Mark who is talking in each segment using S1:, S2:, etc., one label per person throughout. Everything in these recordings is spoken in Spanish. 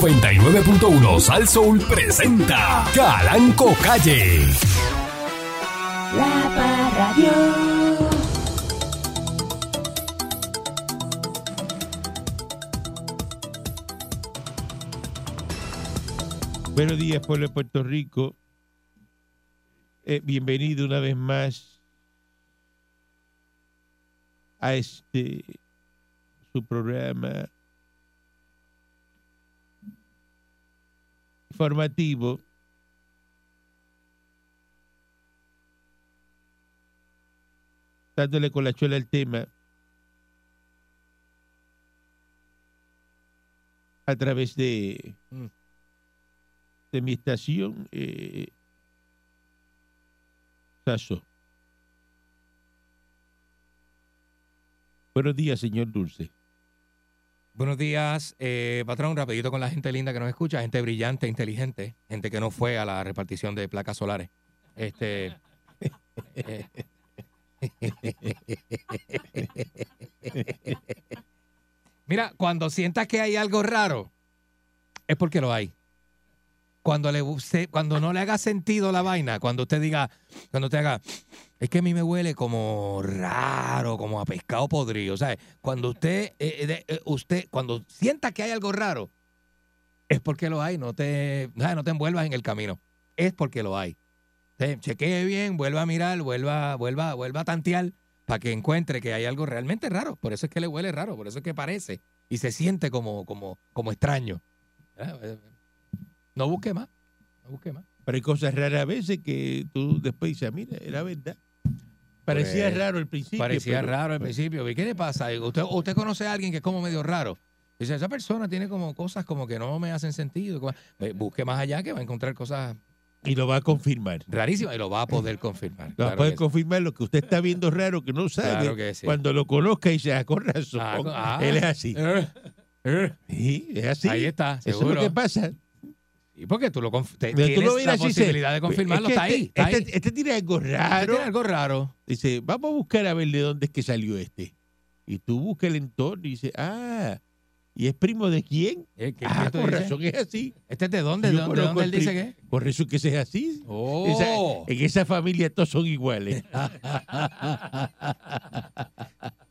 S1: 99.1 Sal Soul presenta Calanco Calle.
S2: La Parradio.
S3: Buenos días, pueblo de Puerto Rico. Eh, bienvenido una vez más a este su programa informativo dándole con la chola al tema a través de de mi estación eh, Sasso. Buenos días, señor Dulce.
S4: Buenos días, eh, patrón. Rapidito con la gente linda que nos escucha, gente brillante, inteligente, gente que no fue a la repartición de placas solares. Este. eh, Mira, cuando sientas que hay algo raro, es porque lo hay. Cuando, le, bu- se- cuando no le haga sentido la vaina, cuando usted diga, cuando te haga, es que a mí me huele como raro, como a pescado podrido. ¿sabes? Cuando usted, eh, de- eh, usted, cuando sienta que hay algo raro, es porque lo hay. No te, ¿sabes? no te envuelvas en el camino. Es porque lo hay. ¿Sí? Chequee bien, vuelva a mirar, vuelva, vuelva, vuelva a tantear para que encuentre que hay algo realmente raro. Por eso es que le huele raro, por eso es que parece y se siente como, como, como extraño. ¿Verdad? Eh, No busque más, no busque más.
S3: Pero hay cosas raras a veces que tú después dices, "Ah, mira, era verdad. Parecía
S4: Pues,
S3: raro al principio.
S4: Parecía
S3: pero-
S4: raro al principio. ¿Y qué le pasa? ¿Usted, usted conoce a alguien que es como medio raro. Dice, esa persona tiene como cosas como que no me hacen sentido. como- Eh, Busque más allá que va a encontrar cosas
S3: Y lo va a confirmar.
S4: rarísimas y lo va a poder confirmar.
S3: Lo va
S4: Claro
S3: a poder
S4: que sí.
S3: confirmar lo que usted está viendo raro, que no sabe.
S4: Claro que sí.
S3: Cuando lo conozca y dice, ah, con razón.
S4: Ah, co- ah.
S3: Él es así.
S4: Eh, eh,
S3: Sí, es así.
S4: Ahí está,
S3: Eso es
S4: seguro.
S3: lo que pasa.
S4: Y porque tú lo conf- te-
S3: Pero
S4: tienes
S3: tú lo miras
S4: la
S3: y dices,
S4: posibilidad de confirmarlo,
S3: es que
S4: está ahí,
S3: este-
S4: está ahí.
S3: este, este tiene algo
S4: Usted
S3: raro.
S4: tiene algo raro.
S3: Dice, vamos a buscar a ver de dónde es que salió este. Y tú buscas el entorno y dices, ah, ¿y es primo de quién?
S4: Eh, ¿qué-
S3: Ah,
S4: qué tú
S3: con
S4: dices?
S3: razón es así.
S4: ¿Este es de dónde? ¿De
S3: Yo
S4: dónde, de
S3: conozco
S4: dónde
S3: al
S4: él dice que
S3: primo.
S4: es?
S3: Por eso es que ese es así.
S4: Oh.
S3: Esa- en esa familia todos son iguales.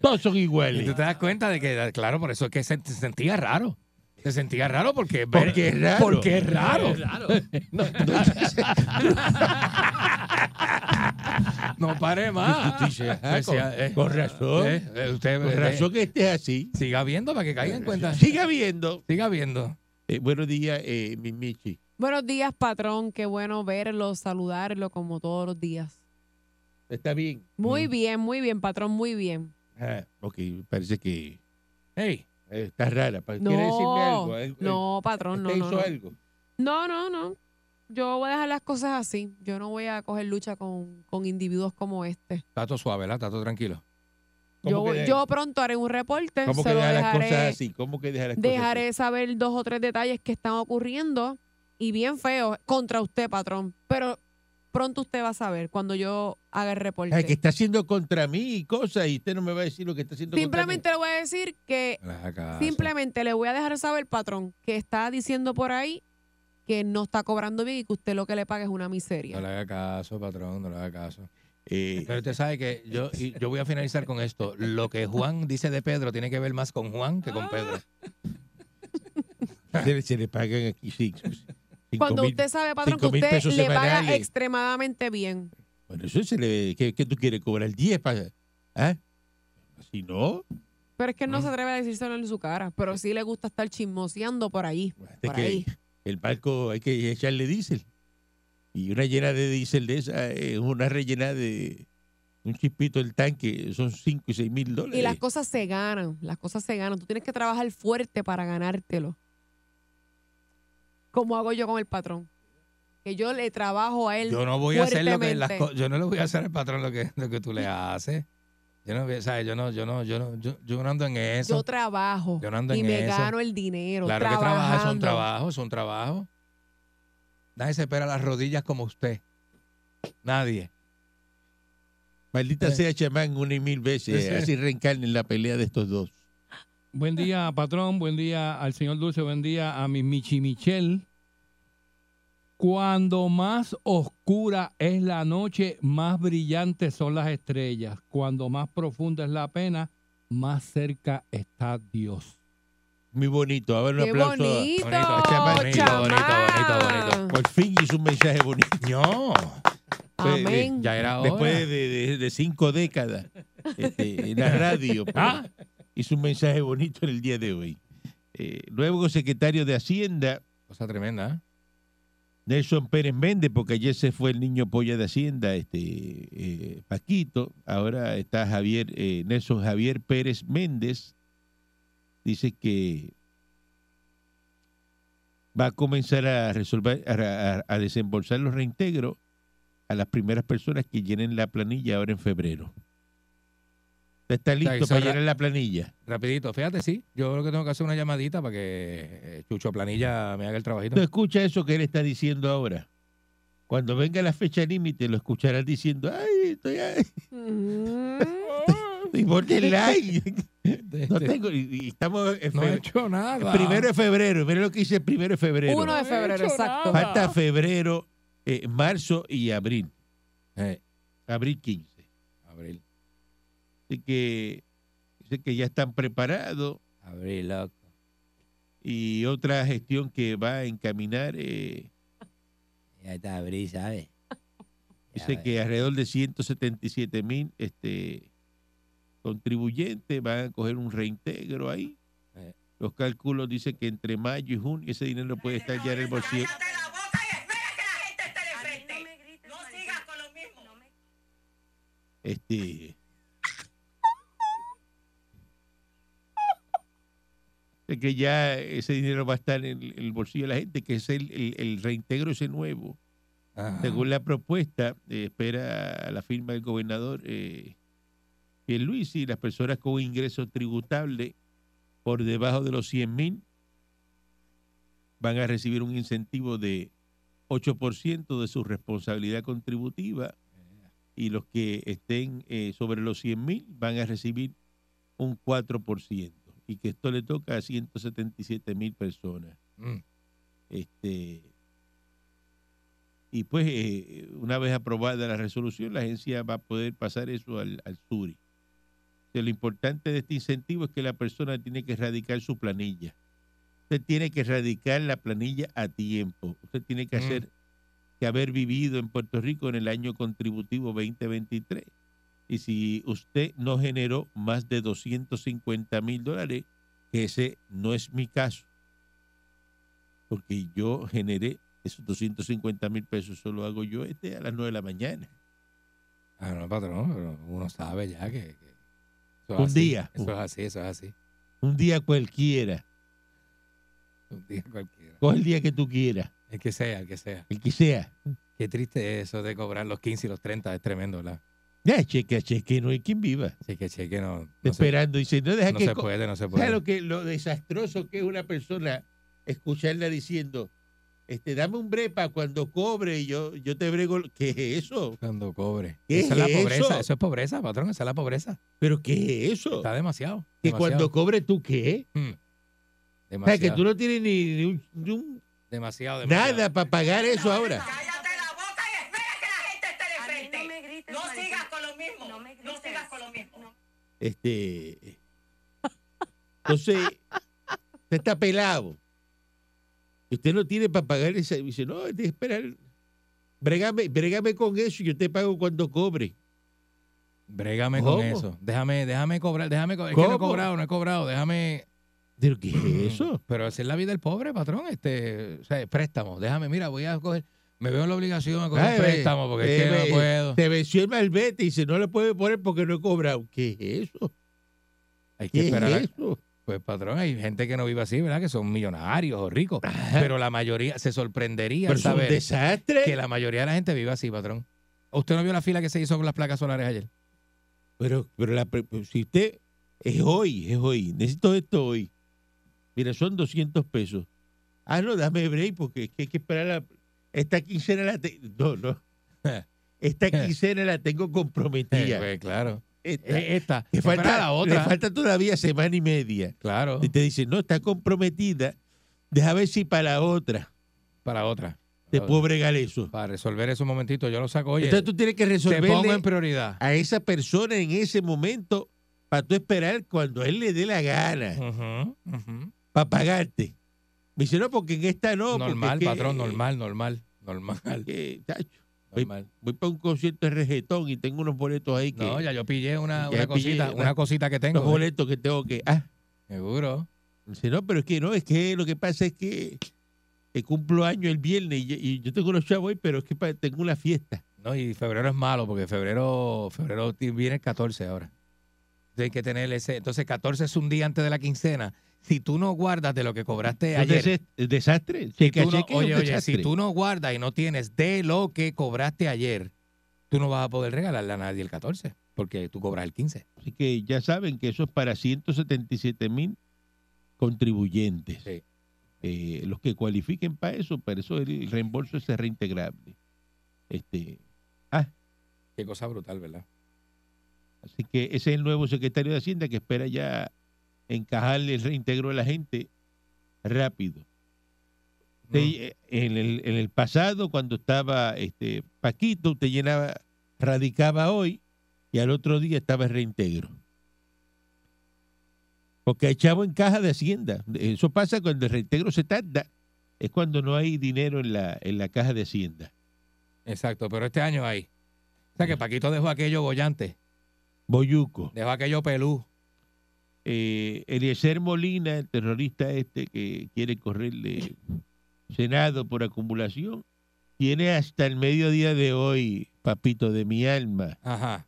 S3: todos son
S4: Y
S3: iguales.
S4: tú te das cuenta de que, claro, por eso es que se, se sentía raro. Se sentía raro porque,
S3: Porque es raro.
S4: Porque es raro. No pare más.
S3: Tú dices, ah,
S4: Decía,
S3: con-
S4: eh,
S3: con razón.
S4: eh, eh, usted,
S3: Con
S4: eh,
S3: razón que este es así.
S4: siga viendo para que caiga en cuenta.
S3: Siga viendo.
S4: Siga viendo.
S3: Eh, buenos días, eh, mi Michi.
S5: Buenos días, patrón. Qué bueno verlo, saludarlo como todos los días.
S3: ¿Está bien? Mm.
S5: Muy bien, muy bien, patrón, muy bien.
S3: Ah, ok, parece que
S4: Hey,
S3: eh, está rara. Pa- ¿Quiere decirme algo?
S5: No,
S3: ¿Al-
S5: no,
S3: al-
S5: patrón, no,
S3: ¿Usted
S5: no,
S3: hizo
S5: no.
S3: algo?
S5: No, no, no. Yo voy a dejar las cosas así. Yo no voy a coger lucha con, con individuos como este.
S4: está todo suave, ¿verdad? Está todo tranquilo.
S3: ¿Cómo
S5: Yo,
S3: que de-
S5: yo pronto haré un reporte,
S3: ¿Cómo que
S5: se lo
S3: dejar las cosas
S5: dejaré,
S3: así? ¿Cómo que dejar las cosas
S5: dejaré saber dos o tres detalles que están ocurriendo y bien feos contra usted, patrón. Pero pronto usted va a saber cuando yo haga el
S3: así? Ay, que
S5: reporte.
S3: está haciendo contra mí y cosas y usted no me va a decir lo que está haciendo
S5: Simplemente le voy a decir que
S4: No le haga caso.
S5: Simplemente le voy a dejar saber, patrón, que está diciendo por ahí que no está cobrando bien y que usted lo que le paga es una miseria.
S4: No le haga caso, patrón, no le haga caso.
S3: contra mí. Eh,
S4: Pero usted sabe que yo, y yo voy a finalizar con esto. Lo que Juan dice de Pedro tiene que ver más con Juan que con Pedro.
S3: se, le- se le pagan aquí sí, sí, cinco
S5: Cuando
S3: mil.
S5: usted sabe, patrón, que
S3: cinco mil
S5: usted
S3: pesos
S5: le paga
S3: semanales.
S5: extremadamente bien.
S3: Bueno, eso se le... ¿Qué, qué tú quieres? ¿Cobrar 10 para...? ¿Ah? Si no,
S5: Pero es que él no se atreve a decírselo en su cara, pero sí le gusta estar chismoseando por ahí.
S3: de
S5: Por
S3: este que
S5: ahí.
S3: el barco hay que echarle diésel. Y una llena de diésel de esa es una rellena de un chispito del tanque, son 5 y 6 mil dólares.
S5: Y las cosas se ganan, las cosas se ganan. Tú tienes que trabajar fuerte para ganártelo. Como hago yo con el patrón. Que yo le trabajo a él.
S4: Yo no voy a hacer lo que las co-
S5: fuertemente.
S4: yo no le voy a hacer al patrón lo que, lo que tú le haces. Yo no, voy- ¿sabes? yo no, yo no, yo no, yo, yo no ando en eso.
S5: Yo trabajo
S4: Yo no ando
S5: y
S4: en
S5: me
S4: eso.
S5: gano el dinero.
S4: Claro que
S5: trabajando.
S4: trabaja, es un trabajo, es un trabajo. Nadie se espera las rodillas como usted. Nadie.
S5: Eh.
S3: Maldita sea Chamán una y mil veces.
S4: Sí.
S3: Así reencarnen la pelea de estos dos.
S6: Buen día, patrón. Buen día al señor Dulce. Buen día a mi Michi Michel. Cuando más oscura es la noche, más brillantes son las estrellas. Cuando más profunda es la pena, más cerca está Dios.
S3: Muy bonito. A ver, un
S5: ¡Qué
S3: aplauso.
S5: bonito!
S4: Bonito,
S5: chamán.
S4: Este bonito, bonito, bonito, bonito.
S3: Por fin hizo un mensaje bonito.
S4: No,
S3: Fue-
S5: Amén.
S4: ya era hora.
S3: Después de, de- de cinco décadas este, en la radio, pues, hizo un mensaje bonito en el día de hoy. Eh, nuevo secretario de Hacienda,
S4: Cosa tremenda, ¿eh?
S3: Nelson Pérez Méndez, porque ayer se fue el niño polla de Hacienda, este eh, Paquito. Ahora está Javier, eh, Nelson Javier Pérez Méndez. Dice que va a comenzar a resolver, a, a- a desembolsar los reintegros a las primeras personas que llenen la planilla ahora en febrero. Usted Está
S4: sea,
S3: listo
S4: hizo
S3: para
S4: ra-
S3: llenar la planilla.
S4: Rapidito, fíjate, sí. Yo creo que tengo que hacer una llamadita para que eh, Chucho Planilla me haga el trabajito.
S3: No escucha eso que él está diciendo ahora. Cuando venga la fecha límite, lo escucharás diciendo, ay, estoy ahí.
S5: Mm.
S3: Y borderline. No
S4: Este,
S3: tengo. Y, y estamos en
S4: no he
S3: febrero.
S4: hecho nada.
S3: primero de febrero. Mira lo que hice el primero de febrero.
S5: Uno de
S4: he
S5: febrero,
S4: hecho
S5: exacto.
S4: nada.
S3: Falta febrero, eh, marzo y abril.
S4: Eh,
S3: Abril 15.
S4: abril,
S3: Así que sé que ya están preparados.
S4: abril, loco.
S3: Y otra gestión que va a encaminar. eh,
S4: Ya está abril, ¿sabes? Ya
S3: dice
S4: ve.
S3: que alrededor de 177 mil este, contribuyentes van a coger un reintegro ahí.
S4: Eh.
S3: Los cálculos dicen que entre mayo y junio ese dinero puede estar ya en el bolsillo.
S7: Cállate la boca y espera que la gente esté de frente. No, sigas con lo mismo.
S3: Este. de que ya ese dinero va a estar en el, el bolsillo de la gente, que es el, el- el reintegro ese nuevo.
S4: Ah.
S3: Según la propuesta, eh, espera a la firma del gobernador eh, Pierluisi, las personas con ingresos tributables por debajo de los 100 mil van a recibir un incentivo de 8% de su responsabilidad contributiva y los que estén eh, sobre los 100 mil van a recibir un 4% y que esto le toca a 177 mil personas.
S4: Mm.
S3: Este, y pues, eh, una vez aprobada la resolución, la agencia va a poder pasar eso al, al SURI. O sea, lo importante de este incentivo es que la persona tiene que erradicar su planilla. Usted tiene que erradicar la planilla a tiempo. Usted tiene que
S4: Mm.
S3: hacer que haber vivido en Puerto Rico en el año contributivo 2023. Y si usted no generó más de 250 mil dólares, que ese no es mi caso, porque yo generé esos 250 mil pesos, solo hago yo este a las 9 de la mañana.
S4: Ah, no, patrón, pero uno sabe ya que. que eso es
S3: Un
S4: así,
S3: día.
S4: Eso es así, eso es así.
S3: Un día cualquiera,
S4: Un día cualquiera.
S3: coge el día que tú quieras,
S4: El que sea, el que sea.
S3: el que sea.
S4: Qué triste es eso de cobrar los 15 y los 30, es tremendo, ¿verdad?
S3: Ya, cheque, cheque, no hay quien viva.
S4: Así que cheque, no.
S3: Está
S4: No, se,
S3: esperando, dice, no deja
S4: no
S3: que...
S4: se
S3: co-
S4: puede, no se puede.
S3: ¿Sabes lo, que, lo desastroso que es una persona escucharla diciendo, este, dame un brepa cuando cobre y yo, yo te brego? lo- ¿Qué es eso?
S4: Cuando cobre.
S3: ¿Qué
S4: Esa es
S3: es
S4: la pobreza,
S3: eso?
S4: eso? es pobreza, patrón, esa es la pobreza.
S3: ¿Pero qué es eso?
S4: Está demasiado.
S3: Que
S4: demasiado,
S3: cuando cobre tú qué?
S4: Mm.
S3: O sea, que
S4: demasiado,
S3: tú no tienes ni, ni un- ni un-
S4: demasiado, demasiado.
S3: nada para pagar eso ahora.
S7: Cállate la boca y espera que la gente esté de frente. No, sigas con lo mismo. No, sigas con lo mismo.
S3: Este. Entonces, usted está pelado. Y Usted no tiene para pagar esa. y Dice, no, tiene que esperar. Bregame, bregame con eso y yo te pago cuando cobre.
S4: Brégame
S3: ¿Cómo?
S4: con eso. Déjame, déjame cobrar, déjame co- es que no he
S3: ¿Cómo?
S4: cobrado, no he cobrado, déjame.
S3: ¿Pero qué
S4: Mm.
S3: es eso?
S4: Pero esa es la vida del pobre, patrón. Este, o sea, préstamo. Déjame, mira, voy a coger. Me veo en la obligación a coger
S3: Ay,
S4: préstamo porque es
S3: eh,
S4: que
S3: eh,
S4: no puedo.
S3: Te venció el malvete y dice, no le puede poner porque no he cobrado. ¿Qué es eso?
S4: Hay
S3: ¿Qué
S4: que
S3: es
S4: esperar. a-
S3: eso?
S4: Pues, patrón, hay gente que no vive así, ¿verdad? Que son millonarios o ricos. Pero la mayoría se sorprendería
S3: Pero
S4: al
S3: es un
S4: saber
S3: desastre.
S4: que la mayoría de la gente vive así, patrón. ¿Usted no vio la fila que se hizo con las placas solares ayer?
S3: Pero, pero la, pre- pero si usted es hoy, es hoy, necesito esto hoy. Mira, son 200 pesos. Ah, no, dame break porque es que hay que esperar la, esta quincena la te- no, no. Esta quincena la tengo
S4: Eh,
S3: comprometida.
S4: pues, claro.
S3: Esta.
S4: Es esta.
S3: Le
S4: Espera
S3: falta,
S4: la
S3: le
S4: otra.
S3: falta todavía semana y media.
S4: Claro,
S3: Y te dicen, no, está comprometida. Deja ver si para la otra
S4: para otra.
S3: te
S4: Para
S3: puedo bregar eso.
S4: Para resolver eso un momentito, yo lo saco. Oye,
S3: Entonces tú tienes que
S4: te pongo en
S3: resolverle
S4: prioridad.
S3: a esa persona en ese momento para tú esperar cuando a él le dé la gana,
S4: Ujú, ujú.
S3: para pagarte. Me dice, no, porque en esta no. porque
S4: normal,
S3: es que- eh,
S4: patrón, normal, normal, normal,
S3: que, tacho,
S4: normal.
S3: voy para un concierto de regetón y tengo unos boletos ahí que...
S4: No, ya yo pillé
S3: Ya
S4: una, una
S3: pillé
S4: cosita,
S3: una-
S4: una cosita que
S3: unos
S4: tengo. ¿eh?
S3: boletos que tengo que... Ah,
S4: Seguro.
S3: Dice, no, pero es que no, es que lo que pasa es que, que cumplo año el viernes y, yo- y yo tengo los chavos hoy, pero es que pa- tengo una fiesta.
S4: No, y febrero es malo porque febrero, febrero ti- viene el 14 ahora. Entonces hay que tener ese. Entonces, 14 es un día antes de la quincena. Si tú no guardas de lo que cobraste Eh, ayer.
S3: Entonces, es desastre.
S4: si
S3: Cheque a
S4: tú no-
S3: cheque es un
S4: oye, oye,
S3: desastre.
S4: si tú no guardas y no tienes de lo que cobraste ayer, tú no vas a poder regalarle a nadie el 14 porque tú cobras el 15.
S3: Así que ya saben que eso es para 177 mil contribuyentes.
S4: Sí.
S3: Eh, los que cualifiquen para eso, para eso el reembolso es reintegrable. Este,
S4: Qué cosa brutal, ¿verdad?
S3: así que ese es el nuevo secretario de Hacienda que espera ya encajarle el reintegro de la gente rápido. Usted, eh, en, el, en el pasado, cuando estaba este Paquito, usted llenaba, radicaba hoy y al otro día estaba el reintegro. Porque hay chavo en caja de Hacienda. Eso pasa cuando el reintegro se tarda. Es cuando no hay dinero en la, en la caja de Hacienda.
S4: Exacto, pero este año hay. O sea que Paquito dejó aquello bollante,
S3: Boyuco.
S4: dejó aquello pelú.
S3: Eh, Eliezer Molina, el terrorista este que quiere correrle Senado por acumulación, tiene hasta el mediodía de hoy, papito de mi alma,
S4: Ajá.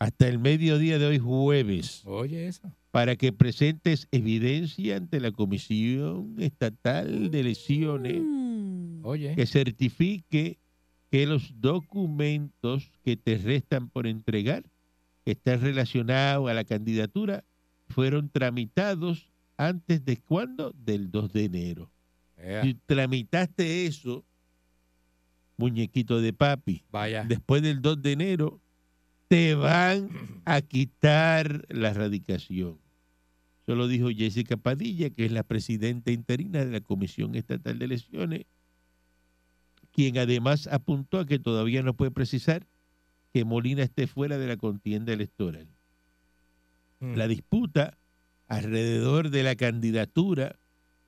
S3: hasta el mediodía de hoy jueves
S4: Oye, eso.
S3: para que presentes evidencia ante la Comisión Estatal de Elecciones
S5: Mm.
S4: Oye.
S3: que certifique que los documentos que te restan por entregar que están relacionados a la candidatura fueron tramitados antes de cuándo? Del 2 de enero.
S4: Ea,
S3: Si tramitaste eso, muñequito de papi,
S4: Vaya.
S3: después del 2 de enero, te van a quitar la radicación. Eso lo dijo Jessica Padilla, que es la presidenta interina de la Comisión Estatal de Elecciones, quien además apuntó a que todavía no puede precisar que Molina esté fuera de la contienda electoral.
S4: Mm.
S3: La disputa alrededor de la candidatura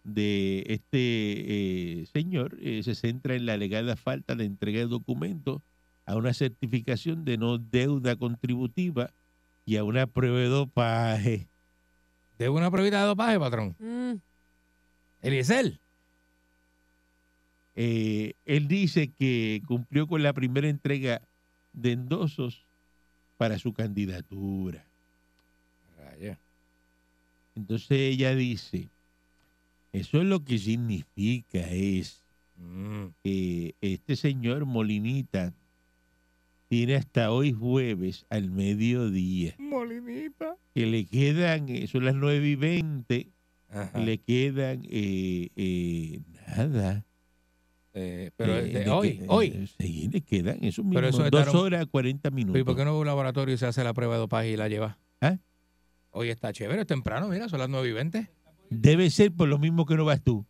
S3: de este eh, señor eh, se centra en la alegada falta de entrega de documentos a una certificación de no deuda contributiva y a una prueba de dopaje.
S4: Debo una pruebita de dopaje, patrón.
S5: Mm.
S4: Eliezer.
S3: Eh, él dice que cumplió con la primera entrega de endosos para su candidatura.
S4: Raya.
S3: Entonces ella dice, eso es lo que significa es
S4: Mm.
S3: que este señor Molinita tiene hasta hoy jueves al mediodía,
S4: Molinita.
S3: que le quedan, eh, son las 9 y 20,
S4: Ajá.
S3: le quedan eh, eh, nada.
S4: Eh, pero
S3: Eh,
S4: este,
S3: le
S4: hoy,
S3: que-
S4: hoy.
S3: Sí, le quedan eso mismo,
S4: Pero eso es
S3: dos
S4: dar un-
S3: horas 40 minutos.
S4: ¿Y por qué no va a un laboratorio y se hace la prueba de dopaje y la lleva?
S3: ¿Ah?
S4: Hoy está chévere, es temprano, mira, son las 9 y 20.
S3: Debe ser por lo mismo que no vas tú.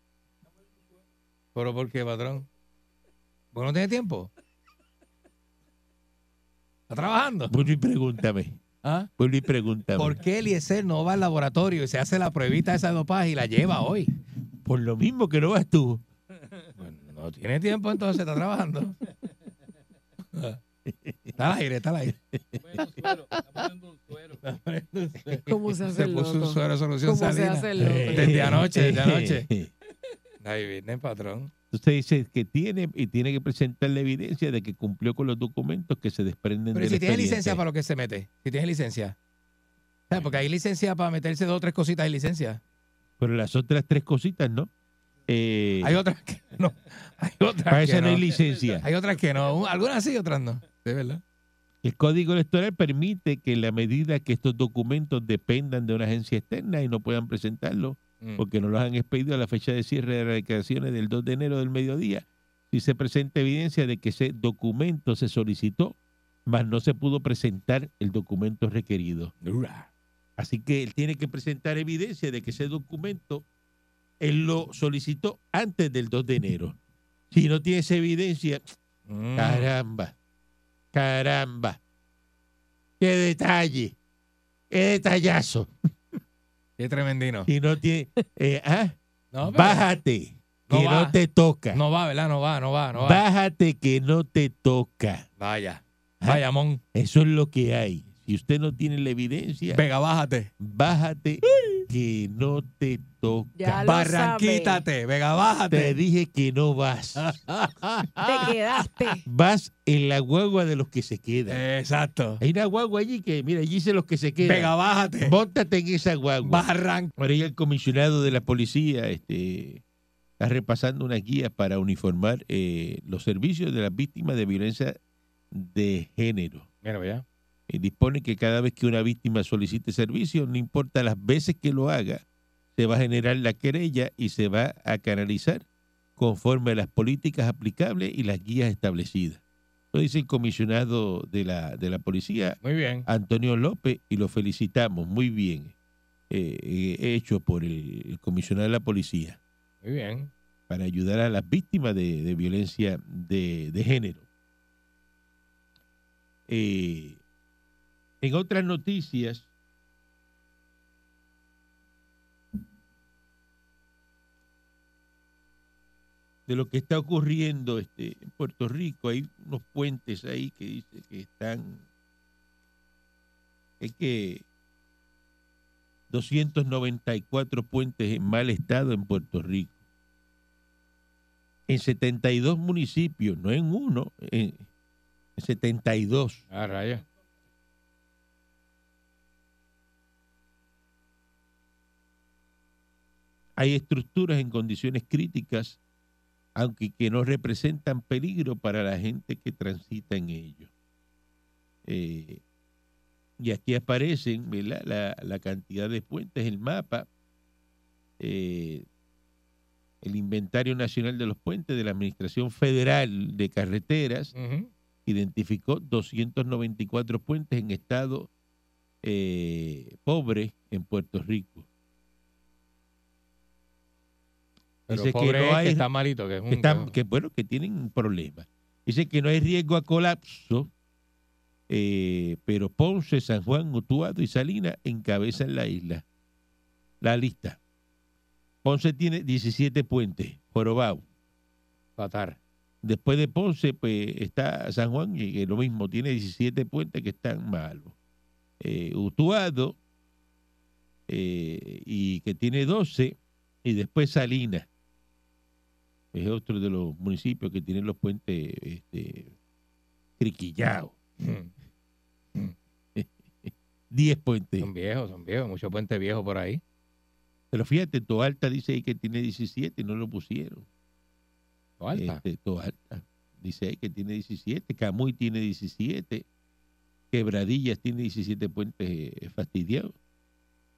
S4: ¿Pero por qué, patrón? ¿Vos no tienes tiempo? ¿Está trabajando?
S3: Vuelve y pregúntame.
S4: ¿Ah?
S3: Vuelve y pregúntame.
S4: ¿Por qué Eliezer no va al laboratorio y se hace la pruebita esa de dopaje y la lleva hoy?
S3: Por lo mismo que no vas tú.
S4: Bueno, no tiene tiempo, entonces está trabajando. Está al aire, está al aire.
S5: ¿Cómo se hace
S4: Se
S5: el
S4: puso un
S5: loco?
S4: suero de solución
S5: ¿Cómo se
S4: salina. Pues
S5: hace el loco?
S4: Desde anoche, desde anoche. Ahí viene, patrón.
S3: Usted dice que tiene y tiene que presentar la evidencia de que cumplió con los documentos que se desprenden
S4: Pero ¿y
S3: del
S4: si tiene
S3: expediente.
S4: licencia para lo que se mete, si tiene licencia. ¿Sabes? Porque hay licencia para meterse dos o tres cositas y licencia.
S3: Pero las otras tres cositas, ¿no? Eh,
S4: Hay otras que no. Hay
S3: para
S4: otras
S3: esa
S4: que
S3: no hay
S4: no.
S3: licencia.
S4: Hay otras que no. Algunas sí, otras no. De verdad.
S3: El Código Electoral permite que en la medida que estos documentos dependan de una agencia externa y no puedan presentarlos
S4: Mm.
S3: porque no los han expedido a la fecha de cierre de las declaraciones del 2 de enero del mediodía, si se presenta evidencia de que ese documento se solicitó mas no se pudo presentar el documento requerido.
S4: Ura.
S3: Así que él tiene que presentar evidencia de que ese documento él lo solicitó antes del 2 de enero. Si no tiene esa evidencia,
S4: Mm.
S3: caramba, caramba, qué detalle, qué detallazo.
S4: Qué tremendino.
S3: Si no tiene, eh, ah,
S4: No, pero-
S3: bájate,
S4: No
S3: que
S4: va.
S3: no te toca.
S4: No va, ¿verdad? No va, no va, no va.
S3: Bájate que no te toca.
S4: Vaya. Vaya, mon.
S3: Eso es lo que hay. Si usted no tiene la evidencia,
S4: Vega, bájate.
S3: bájate que no te toca.
S2: Ya lo
S4: Barranquítate, Vega,
S3: Te
S4: bájate.
S3: dije que no vas.
S2: sabes.
S5: Ah.
S2: Te quedaste.
S3: Vas en la guagua de los que se
S4: Eh.
S3: quedan.
S4: Exacto.
S3: Hay una guagua allí que, mira, allí dicen los que se quedan.
S4: Vega, bájate.
S3: Móntate en esa guagua.
S4: Barran.
S3: Ahora ya el comisionado de la policía este, está repasando una guía para uniformar eh, los servicios de las víctimas de violencia de género.
S4: Mira, vea.
S3: Eh, dispone que cada vez que una víctima solicite servicio, no importa las veces que lo haga, se va a generar la querella y se va a canalizar conforme a las políticas aplicables y las guías establecidas. Lo dice el comisionado de la, de la policía,
S4: Muy bien.
S3: Antonio López, y lo felicitamos. Muy bien eh, eh, hecho por el, el comisionado de la policía
S4: Muy bien.
S3: para ayudar a las víctimas de, de violencia de, de género. Eh, en otras noticias, de lo que está ocurriendo este, en Puerto Rico, hay unos puentes ahí que dice que están, es que 294 puentes en mal estado en Puerto Rico en 72 municipios, no en uno, en 72.
S4: Ah, raya.
S3: Hay estructuras en condiciones críticas, aunque que no representan peligro para la gente que transita en ellos. Eh, y aquí aparecen ¿verdad? La, la cantidad de puentes, el mapa, eh, el Inventario Nacional de los Puentes de la Administración Federal de Carreteras,
S4: Ujú.
S3: identificó 294 puentes en estado eh, pobre en Puerto Rico.
S4: Pero
S3: Dice que
S4: pobre
S3: no
S4: es que
S3: hay-
S4: está malito, que es un-
S3: Que, están, que bueno, que tienen problemas. Dice que no hay riesgo a colapso, eh, pero Ponce, San Juan, Utuado y Salinas encabezan la isla. La lista. Ponce tiene 17 puentes, Jorobao.
S4: fatal.
S3: Después de Ponce, pues está San Juan, que que lo mismo, tiene 17 puentes que están malos. Eh, Utuado, eh, y que tiene 12, y después Salinas. Es otro de los municipios que tienen los puentes este, criquillados.
S4: Mm.
S3: 10 puentes.
S4: Son viejos, son viejos. Mucho puente viejo por ahí.
S3: Pero fíjate, Toalta dice ahí que tiene 17, no lo pusieron.
S4: Lo alta.
S3: Este, Toalta. Dice ahí que tiene 17, Camuy tiene 17, Quebradillas tiene 17 puentes eh, fastidiados.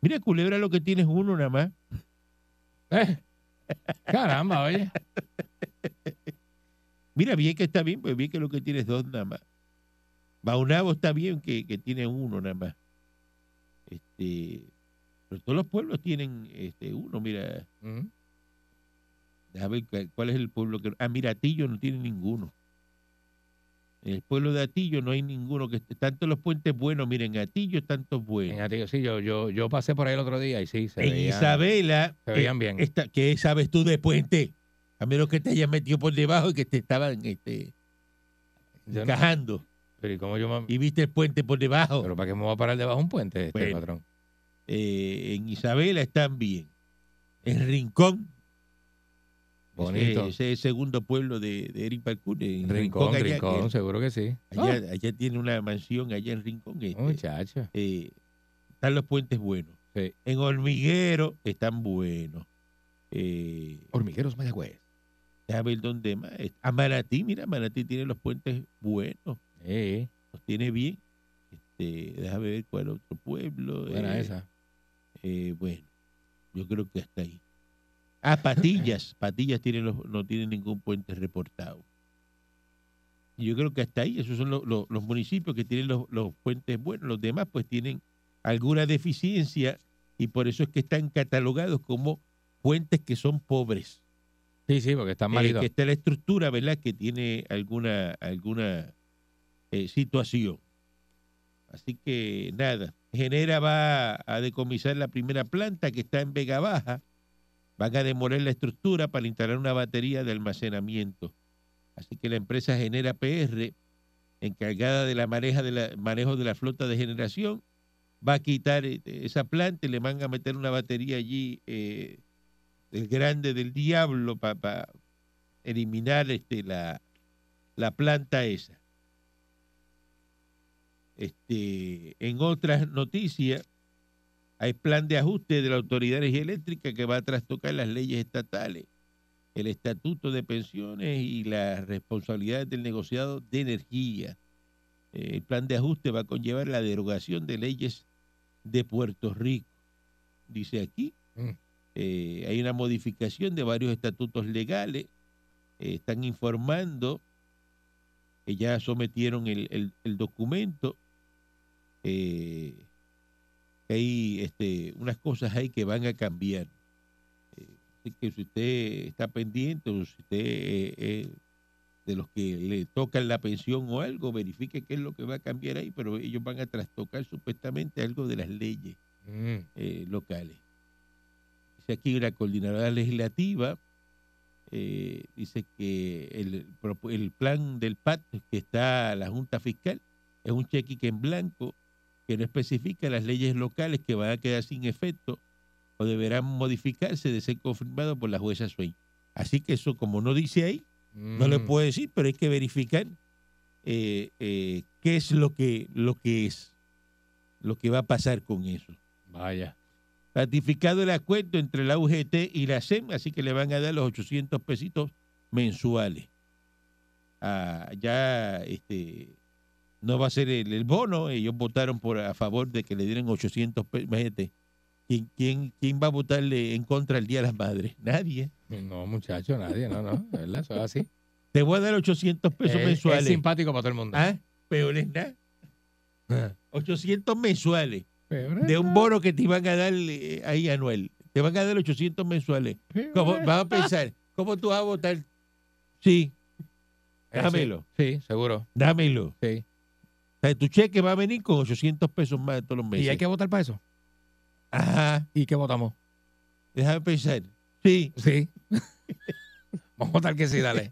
S3: Mira, Culebra lo que tiene es uno nada más.
S4: Eh. Caramba, oye.
S3: Mira, bien que está bien, pues bien que lo que tiene es dos nada más. Baunabo está bien que, que tiene uno nada más. Este, pero todos los pueblos tienen este, uno, mira.
S4: Ujú.
S3: Déjame ver cuál- cuál es el pueblo que... Ah, mira, Atillo no tiene ninguno. En el pueblo de Atillo no hay ninguno. que esté- Tanto los puentes buenos, miren, Atillo tantos buenos.
S4: Venga, tío, sí, yo, yo, yo pasé por ahí el otro día y sí, se
S3: En
S4: veían-
S3: Isabela... eh,
S4: se veían bien.
S3: esta- ¿Qué sabes tú de puente? A menos que te hayas metido por debajo y que te estaban este,
S4: Yo no-
S3: cajando.
S4: pero ¿y cómo yo me-
S3: Y viste el puente por debajo.
S4: pero para qué me voy a parar debajo de un puente este
S3: Bueno.
S4: patrón?
S3: Eh, en Isabela están bien. En Rincón...
S4: Bonito.
S3: Ese, ese segundo pueblo de, de Eric Parkour. En
S4: Rincón,
S3: allá-
S4: rincón, Oh. seguro que sí.
S3: Allá, allá tiene una mansión, allá en Rincón.
S4: Ah,
S3: este,
S4: muchacho.
S3: eh, están los puentes buenos.
S4: Sí.
S3: En Hormiguero están buenos. Eh,
S4: Hormigueros Mayagüez.
S3: déjame ver dónde más. A Manatí, mira, Manatí tiene los puentes buenos.
S4: Sí,
S3: Los tiene bien. Este, déjame ver cuál otro pueblo.
S4: buena
S3: eh,
S4: esa.
S3: eh, bueno, yo creo que hasta ahí. Ah, Patillas. Patillas tiene los, no tiene ningún puente reportado. Y yo creo que hasta ahí, esos son lo- lo- los municipios que tienen los, los puentes buenos, los demás pues tienen alguna deficiencia y por eso es que están catalogados como puentes que son pobres.
S4: Sí, sí, porque están
S3: Eh,
S4: malitos.
S3: que está la estructura, ¿verdad? Que tiene alguna, alguna eh, situación. Así que nada, Genera va a decomisar la primera planta que está en Vega Baja. Van a demoler la estructura para instalar una batería de almacenamiento. Así que la empresa Genera PR, encargada de la maneja de la- manejo de la flota de generación, va a quitar eh, esa planta y le van a meter una batería allí eh, del grande del diablo para eliminar este, la, la planta esa. Este, en otras noticias, hay plan de ajuste de la Autoridad de Energía Eléctrica que va a trastocar las leyes estatales, el Estatuto de Pensiones y las responsabilidades del negociado de energía. Eh, El plan de ajuste va a conllevar la derogación de leyes de Puerto Rico. Dice aquí,
S4: Mm.
S3: eh, hay una modificación de varios estatutos legales. Eh, están informando que ya sometieron el, el- el documento. eh, que hay este, unas cosas ahí que van a cambiar. Eh, así que si usted está pendiente o si usted eh, eh, de los que le tocan la pensión o algo, verifique qué es lo que va a cambiar ahí, pero ellos van a trastocar supuestamente algo de las leyes
S4: Mm.
S3: eh, locales. Dice aquí la coordinadora legislativa, eh, dice que el, propu- el plan del PAT que está la Junta Fiscal es un cheque en blanco que no especifica las leyes locales que van a quedar sin efecto o deberán modificarse de ser confirmado por la jueza Swain. Así que eso, como no dice ahí, no le
S4: Mm.
S3: puedo decir, pero hay que verificar eh, eh, qué es lo que, lo que es, lo que va a pasar con eso
S4: Vaya.
S3: ratificado el acuerdo entre la UGT y la SEM, así que le van a dar los 800 pesitos mensuales. Ah, ya este no va a ser el, el bono, ellos votaron por a favor de que le dieran 800 pesos. Imagínate, ¿quién, quién, quién va a votarle en contra el Día de las Madres? Nadie.
S4: No, muchacho, nadie, no, no. de ¿Verdad? Eso es así.
S3: Te voy a dar 800 pesos
S4: Eh, es, es
S3: mensuales.
S4: simpático para todo el mundo.
S3: ah, peor es nada. 800 mensuales
S4: Pero-
S3: de un bono que te van a dar eh, ahí anual. Te van a dar 800 mensuales. ¿Cómo, vas a pensar, ¿cómo tú vas a votar? Sí,
S4: Ese-
S3: dámelo.
S4: Sí, seguro.
S3: dámelo. O
S4: Sí.
S3: sea, tu cheque va a venir con 800 pesos más todos los meses.
S4: ¿Y hay que votar para eso?
S3: Ajá,
S4: ¿Y qué votamos?
S3: déjame pensar. Sí,
S4: Sí. Vamos a votar que sí, dale.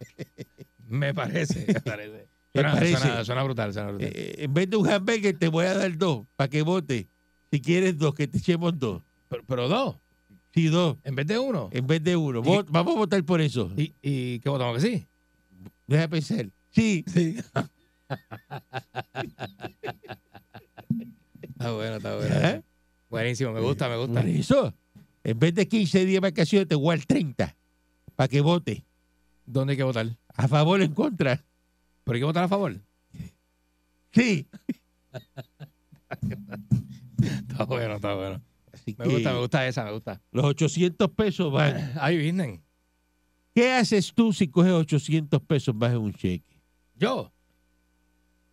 S4: Me parece. Me parece.
S3: Me
S4: Suena,
S3: parece.
S4: suena- suena brutal, suena brutal.
S3: eh, en vez de un hamburger te voy a dar dos para que votes. Si quieres dos, que te echemos dos.
S4: pero, pero dos,
S3: Sí, dos,
S4: en vez de uno.
S3: en vez de uno.
S4: Y-
S3: Vo- Vamos a votar por eso.
S4: ¿Y, y qué votamos que sí?
S3: Déjame pensar. Sí,
S4: Sí. está bueno, está bueno.
S3: Ajá.
S4: ¿Eh? Buenísimo, me gusta, me gusta.
S3: por eso. En vez de 15 días de vacaciones, te voy a dar 30 para que votes.
S4: ¿Dónde hay que votar?
S3: A favor o en contra.
S4: ¿Pero hay que votar a favor?
S3: Sí.
S4: Está bueno, está bueno.
S3: Así
S4: Me
S3: que
S4: gusta, me gusta esa, me gusta.
S3: los 800 pesos van.
S4: Ahí vienen.
S3: ¿Qué haces tú si coges 800 pesos más en un cheque?
S4: Yo.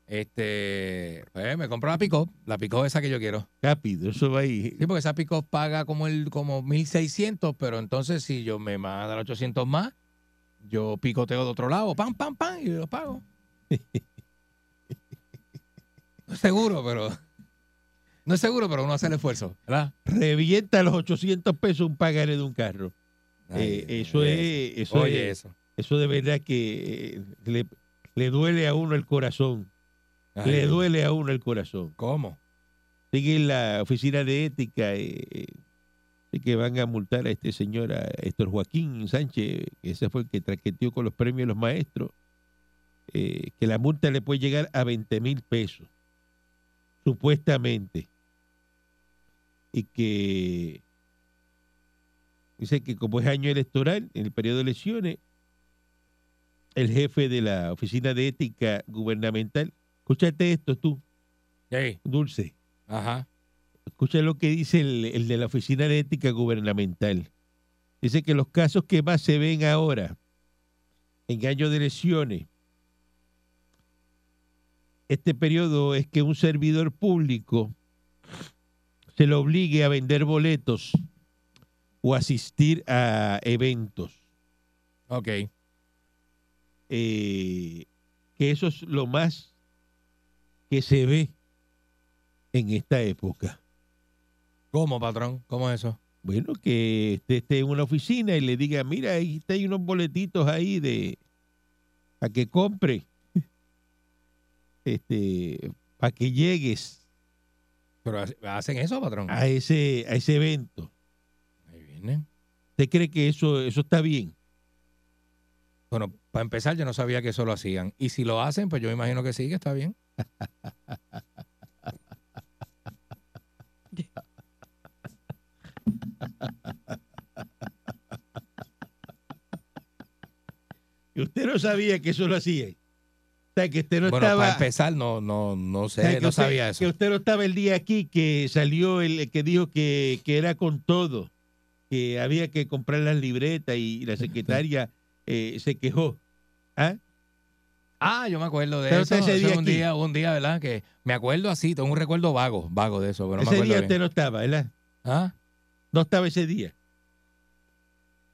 S4: Este, pues, me compro una pick la pick esa que yo quiero.
S3: Rápido, eso va ahí.
S4: Sí, porque esa pick paga como el como 1600, pero entonces si yo me van a dar 800 más, yo picoteo de otro lado, pam pam pam y lo pago. No es seguro, pero no es seguro, pero uno hace el esfuerzo, ¿verdad?
S3: Revienta los 800 pesos un pagaré de un carro. Eh,
S4: Ay,
S3: eso
S4: Dios mío.
S3: es, eso
S4: Oye,
S3: es-
S4: eso.
S3: eso de verdad que eh, le, le duele a uno el corazón.
S4: Ay,
S3: le
S4: Dios.
S3: duele a uno el corazón.
S4: ¿Cómo?
S3: Sigue en la oficina de ética eh, eh, de que van a multar a este señor, a Héctor Joaquín Sánchez, que ese fue el que traqueteó con los premios de los maestros, eh, que la multa le puede llegar a 20 mil pesos, supuestamente. Y que dice que como es año electoral, en el periodo de elecciones, el jefe de la oficina de ética gubernamental, escúchate esto tú,
S4: Ey,
S3: Dulce.
S4: ajá.
S3: Escucha lo que dice el, el de la Oficina de Ética Gubernamental. Dice que los casos que más se ven ahora, engaño de lesiones, este periodo es que un servidor público se le obligue a vender boletos o asistir a eventos.
S4: Ok.
S3: eh, que eso es lo más que se ve en esta época.
S4: ¿Cómo, patrón? ¿Cómo es eso?
S3: Bueno, que usted esté en una oficina y le diga, mira, ahí está, hay unos boletitos ahí de para que compre, este, para que llegues
S4: Pero hace- hacen eso, patrón.
S3: a ese, a ese evento.
S4: Ahí vienen.
S3: ¿Usted cree que eso, eso está bien?
S4: Bueno, para empezar, yo no sabía que eso lo hacían. Y si lo hacen, pues yo me imagino que sí, que está bien.
S3: Y usted no sabía que eso lo hacía. O sea, que usted no
S4: bueno,
S3: estaba...
S4: para empezar, no, no, no
S3: O sea,
S4: sé,
S3: que
S4: no
S3: usted-
S4: sabía eso.
S3: Que usted no estaba el día aquí que salió el el que dijo que, que era con todo, que había que comprar las libretas y la secretaria eh, se quejó. ¿Ah?
S4: Ah, yo me acuerdo de
S3: Pero
S4: eso.
S3: usted ese
S4: Eso
S3: día
S4: un
S3: aquí.
S4: día, un día, ¿verdad? Que me acuerdo así, tengo un recuerdo vago, vago de eso, pero no me
S3: ese
S4: acuerdo
S3: día
S4: bien.
S3: usted no estaba, ¿verdad?
S4: ¿Ah?
S3: No estaba ese día.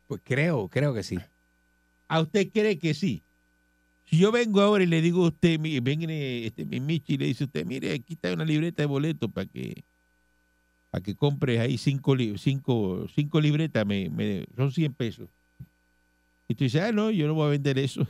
S4: Pues creo, creo que sí.
S3: ¿A usted cree que sí? Si yo vengo ahora y le digo a usted, mi- ven eh, este, mi Michi y le dice a usted, mire, aquí está una libreta de boleto para que para que compres ahí cinco, li- cinco, cinco libretas, me, me- son 100 pesos. Y tú dices, ah, no, yo no voy a vender eso.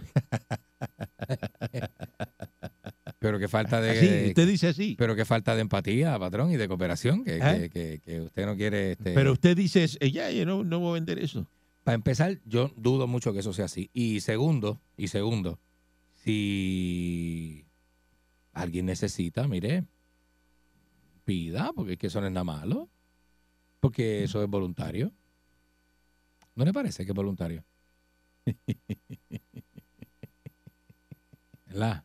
S4: Pero que falta de,
S3: Así,
S4: de-
S3: Ah, usted dice así.
S4: pero que falta de empatía, patrón, y de cooperación, que,
S3: ¿Ah?
S4: que- que- que usted no quiere este,
S3: Pero usted dice, eh, ya, yo no, no voy a vender eso.
S4: Para empezar, yo dudo mucho que eso sea así. Y segundo, y segundo, si alguien necesita, mire, pida, porque es que eso no es nada malo. Porque eso es voluntario. ¿No le parece que es voluntario? ¿Verdad?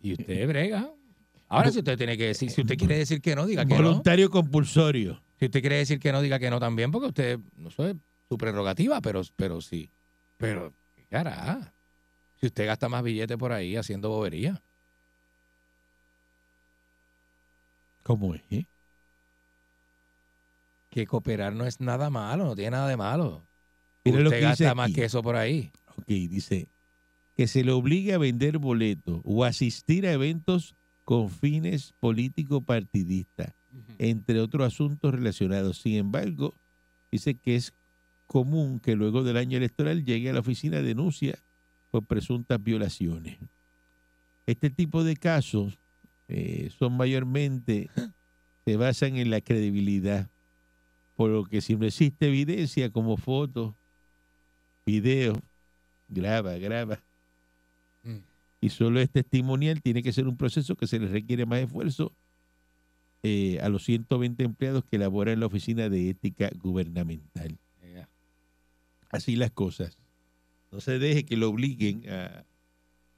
S4: Y usted brega. Ahora, si usted tiene que decir, si usted quiere decir que no, diga que no.
S3: Voluntario compulsorio.
S4: Si usted quiere decir que no, diga que no también, porque usted, no sé, su prerrogativa, pero, pero sí. Pero, ¿qué cara, si usted gasta más billetes por ahí haciendo bobería.
S3: ¿Cómo es? eh?
S4: Que cooperar no es nada malo, no tiene nada de malo.
S3: Mira
S4: usted
S3: lo que dice
S4: gasta más
S3: aquí.
S4: que eso por ahí.
S3: Ok, dice que se le obligue a vender boletos o asistir a eventos con fines político-partidistas, entre otros asuntos relacionados. Sin embargo, dice que es común que luego del año electoral llegue a la oficina denuncia por presuntas violaciones. Este tipo de casos eh, son mayormente, se basan en la credibilidad, por lo que si no existe evidencia como fotos, videos, graba, graba.
S4: Mm.
S3: Y solo es testimonial, tiene que ser un proceso que se les requiere más esfuerzo eh, a los 120 empleados que elaboran la Oficina de Ética Gubernamental. Así las cosas. No se deje que lo obliguen a,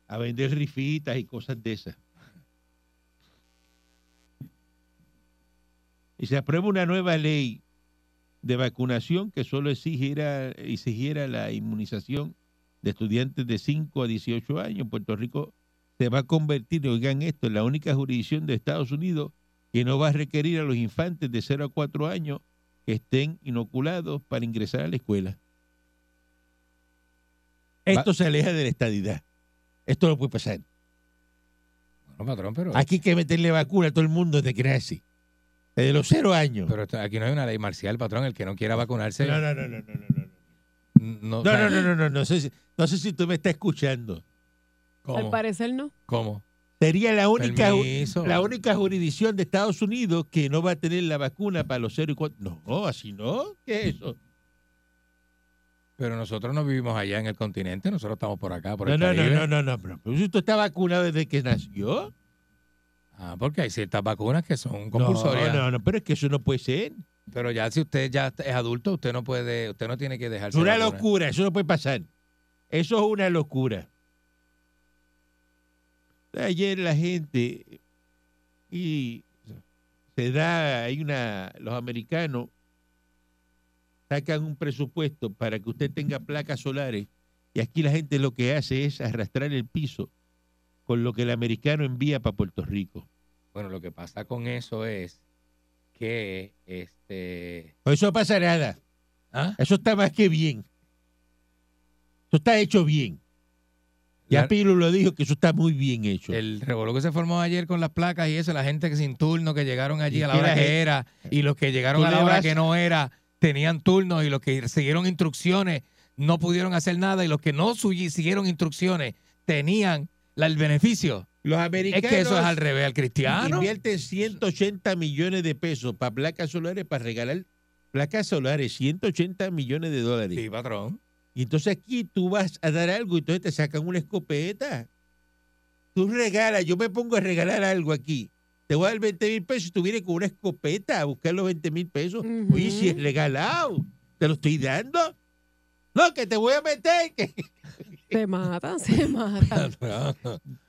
S3: a vender rifitas y cosas de esas. Y se aprueba una nueva ley de vacunación que solo exigiera, exigiera la inmunización de estudiantes de 5 a 18 años, Puerto Rico se va a convertir, oigan esto, en la única jurisdicción de Estados Unidos que no va a requerir a los infantes de 0 a 4 años que estén inoculados para ingresar a la escuela. Esto se aleja de la estadidad. Esto no puede pasar.
S4: Bueno, patrón, pero,
S3: Aquí hay que meterle vacuna a todo el mundo desde que nace. Desde los 0 años.
S4: pero esto- aquí no hay una ley marcial, patrón. El que no quiera vacunarse.
S3: No, no, no, no, no, no, no.
S4: no, o
S3: No,
S4: sea,
S3: no, no, no, no, no sé si, no sé si tú me estás escuchando.
S5: Al
S4: ¿Cómo?
S5: parecer no.
S4: ¿Cómo?
S3: Sería la única, ju-
S4: Permiso.
S3: la única jurisdicción de Estados Unidos que no va a tener la vacuna para los 0 y 4. No, así no. ¿Qué es eso?
S4: Pero nosotros no vivimos allá en el continente, nosotros estamos por acá, por
S3: No,
S4: el
S3: no, no,
S4: Caribe.
S3: no, no, no. Pero, pero si usted está vacunado desde que nació.
S4: Ah, porque hay ciertas vacunas que son compulsorias.
S3: No, no, no, pero es que eso no puede ser.
S4: Pero ya si usted ya es adulto, usted no puede, usted no tiene que
S3: Es
S4: dejarse.
S3: una
S4: vacunar.
S3: locura, eso no puede pasar. Eso es una locura. Ayer la gente y se da, hay una, los americanos sacan un presupuesto para que usted tenga placas solares y aquí la gente lo que hace es arrastrar el piso con lo que el americano envía para Puerto Rico.
S4: Bueno, lo que pasa con eso es que este
S3: Pues Eso no pasa nada.
S4: ¿ah?
S3: Eso está más que bien. Eso está hecho bien. Ya
S4: La-
S3: Pilo lo dijo que eso está muy bien hecho.
S4: el revolú que se formó ayer con las placas y eso, la gente que sin turno que llegaron allí
S3: Y
S4: a la
S3: que
S4: hora
S3: la
S4: que
S3: gente-
S4: era y los que llegaron
S3: Tú
S4: a la
S3: le
S4: hora
S3: vas-
S4: que no era tenían turnos y los que siguieron instrucciones no pudieron hacer nada y los que no suyi- siguieron instrucciones tenían la- el beneficio.
S3: Los
S4: Es
S3: americanos
S4: que eso es al revés al cristiano.
S3: invierten 180 millones de pesos para placas solares, para regalar placas solares, 180 millones de dólares.
S4: Sí, patrón.
S3: Y entonces aquí tú vas a dar algo y entonces te sacan una escopeta. Tú regalas, yo me pongo a regalar algo aquí. Te voy a dar 20 mil pesos y tú vienes con una escopeta a buscar los 20 mil pesos.
S5: Ujú.
S3: Oye, si es regalado, te lo estoy dando. No, que te voy a meter. Que...
S5: Se matan, se matan.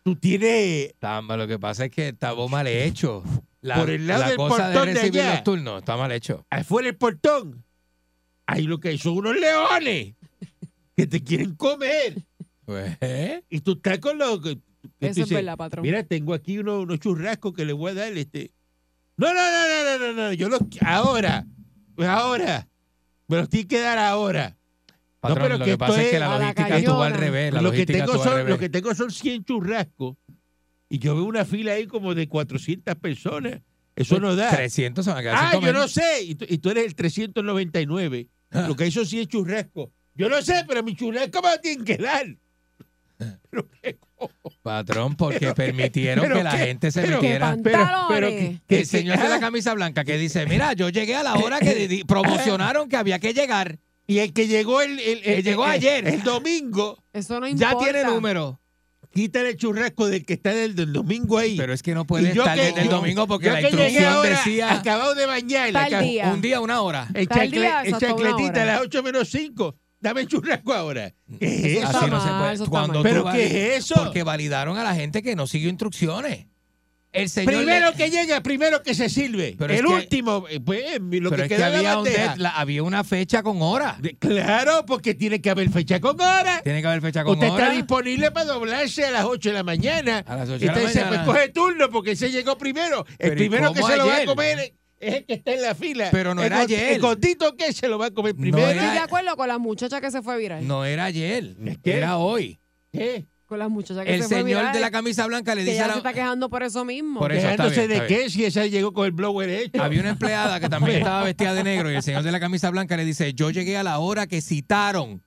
S3: Tú tienes
S4: Tamba, lo que pasa es que está mal hecho. La,
S3: Por el lado
S4: la
S3: del
S4: cosa de
S3: portón de
S4: recibir
S3: allá.
S4: los turnos está mal hecho.
S3: afuera el portón. Ahí lo que hay son unos leones que te quieren comer.
S4: Pues, ¿eh?
S3: Y tú estás con los... que- que tú
S5: Eso es
S3: dices,
S5: verdad, patrón.
S3: Mira, tengo aquí uno- unos churrascos que le voy a dar este. No, no, no, no, no, no, no, Yo los qui- ahora. pues Ahora. Me los tiene que dar ahora.
S4: Patrón,
S3: pero
S4: lo
S3: que
S4: que pasa
S3: esto
S4: es que
S3: es
S4: la
S5: a la
S4: logística estuvo al
S5: cañona.
S4: revés. La
S3: Lo Pues que,
S4: logística
S3: tengo
S4: estuvo al
S3: son, lo
S4: revés.
S3: que tengo son 100 churrascos y yo veo una fila ahí como de 400 personas.
S4: Pues
S3: Eso no da.
S4: 300 se van a quedar sin
S3: Ah, yo
S4: comer.
S3: no sé. Y tú, y tú eres el 399.
S4: Ah.
S3: Lo que hay son 100 churrascos. Yo no sé, pero mi churrasco me lo tienen que dar. Pero qué co-
S4: Patrón, porque
S3: Pero qué-
S4: permitieron
S3: pero
S4: que la
S3: qué-
S4: gente se
S3: pero qué
S4: metiera.
S5: pan-
S3: pero, pero
S5: Pantalones.
S3: que- que-
S4: El señor de
S3: ah,
S4: la camisa blanca que dice, mira, yo llegué a la hora que di- di- promocionaron que había que llegar.
S3: Y el que llegó el, el- el-
S4: Que llegó
S3: el-
S4: ayer.
S3: el domingo,
S5: Eso no
S4: Ya
S5: importa.
S4: tiene número.
S3: quítale el churrasco del que está del, del domingo ahí.
S4: Pero es que no puede
S3: Y yo
S4: estar
S3: que-
S4: desde el
S3: yo-
S4: domingo porque
S3: yo
S4: la
S3: que llegué
S4: instrucción
S3: ahora,
S4: decía
S3: Acabado de bañar.
S5: Tal
S3: acabo-
S5: día.
S4: un día, una hora.
S3: El,
S5: Tal día,
S3: chacle- el
S5: exacto, una
S3: chacletita
S5: hora.
S3: a las 8 menos 5. Dame el churrasco ahora. ¿Qué es
S5: Eso
S3: eso?
S5: está
S4: Así no se
S5: mal, eso
S4: puede.
S5: está
S4: Cuando
S5: mal.
S4: tú
S3: ¿Pero
S4: vas-
S3: qué es eso?
S4: Porque validaron a la gente que no siguió instrucciones. El señor le-
S3: primero que llega, primero que se sirve.
S4: Pero es
S3: el
S4: que-
S3: último, eh, pues, eh, lo
S4: pero
S3: que
S4: es
S3: queda
S4: que
S3: en la
S4: había, un
S3: bandeja.
S4: deadline, había una fecha con hora.
S3: De- Claro, porque tiene que haber fecha con hora.
S4: Tiene que haber fecha con
S3: Usted
S4: hora.
S3: está disponible para doblarse a las 8 de la mañana.
S4: A las 8 de la
S3: Usted se pues,
S4: mañana.
S3: coge turno porque se llegó primero. El
S4: Pero, ¿y
S3: primero que
S4: cómo
S3: se lo va a
S4: ayer?
S3: comer es el que está en la fila.
S4: Pero no
S3: El
S4: era
S3: go-
S4: ayer.
S3: El gordito que se lo va a comer
S4: No
S3: primero.
S5: Estoy de
S4: era-
S5: acuerdo con la muchacha que se fue viral.
S4: no era ayer,
S3: Es que-
S4: era hoy.
S3: ¿Qué?
S5: Con la muchacha que
S4: El
S5: se fue
S4: señor
S5: viral.
S4: de la camisa blanca le
S5: que
S4: dice
S5: ya
S4: a
S5: se está
S4: la...
S5: quejando por eso mismo.
S4: Por eso, está
S3: Quejándose
S4: bien, está
S3: de qué si esa llegó con el blower hecho.
S4: Había una empleada que también estaba vestida de negro y el señor de la camisa blanca le dice, yo llegué a la hora que citaron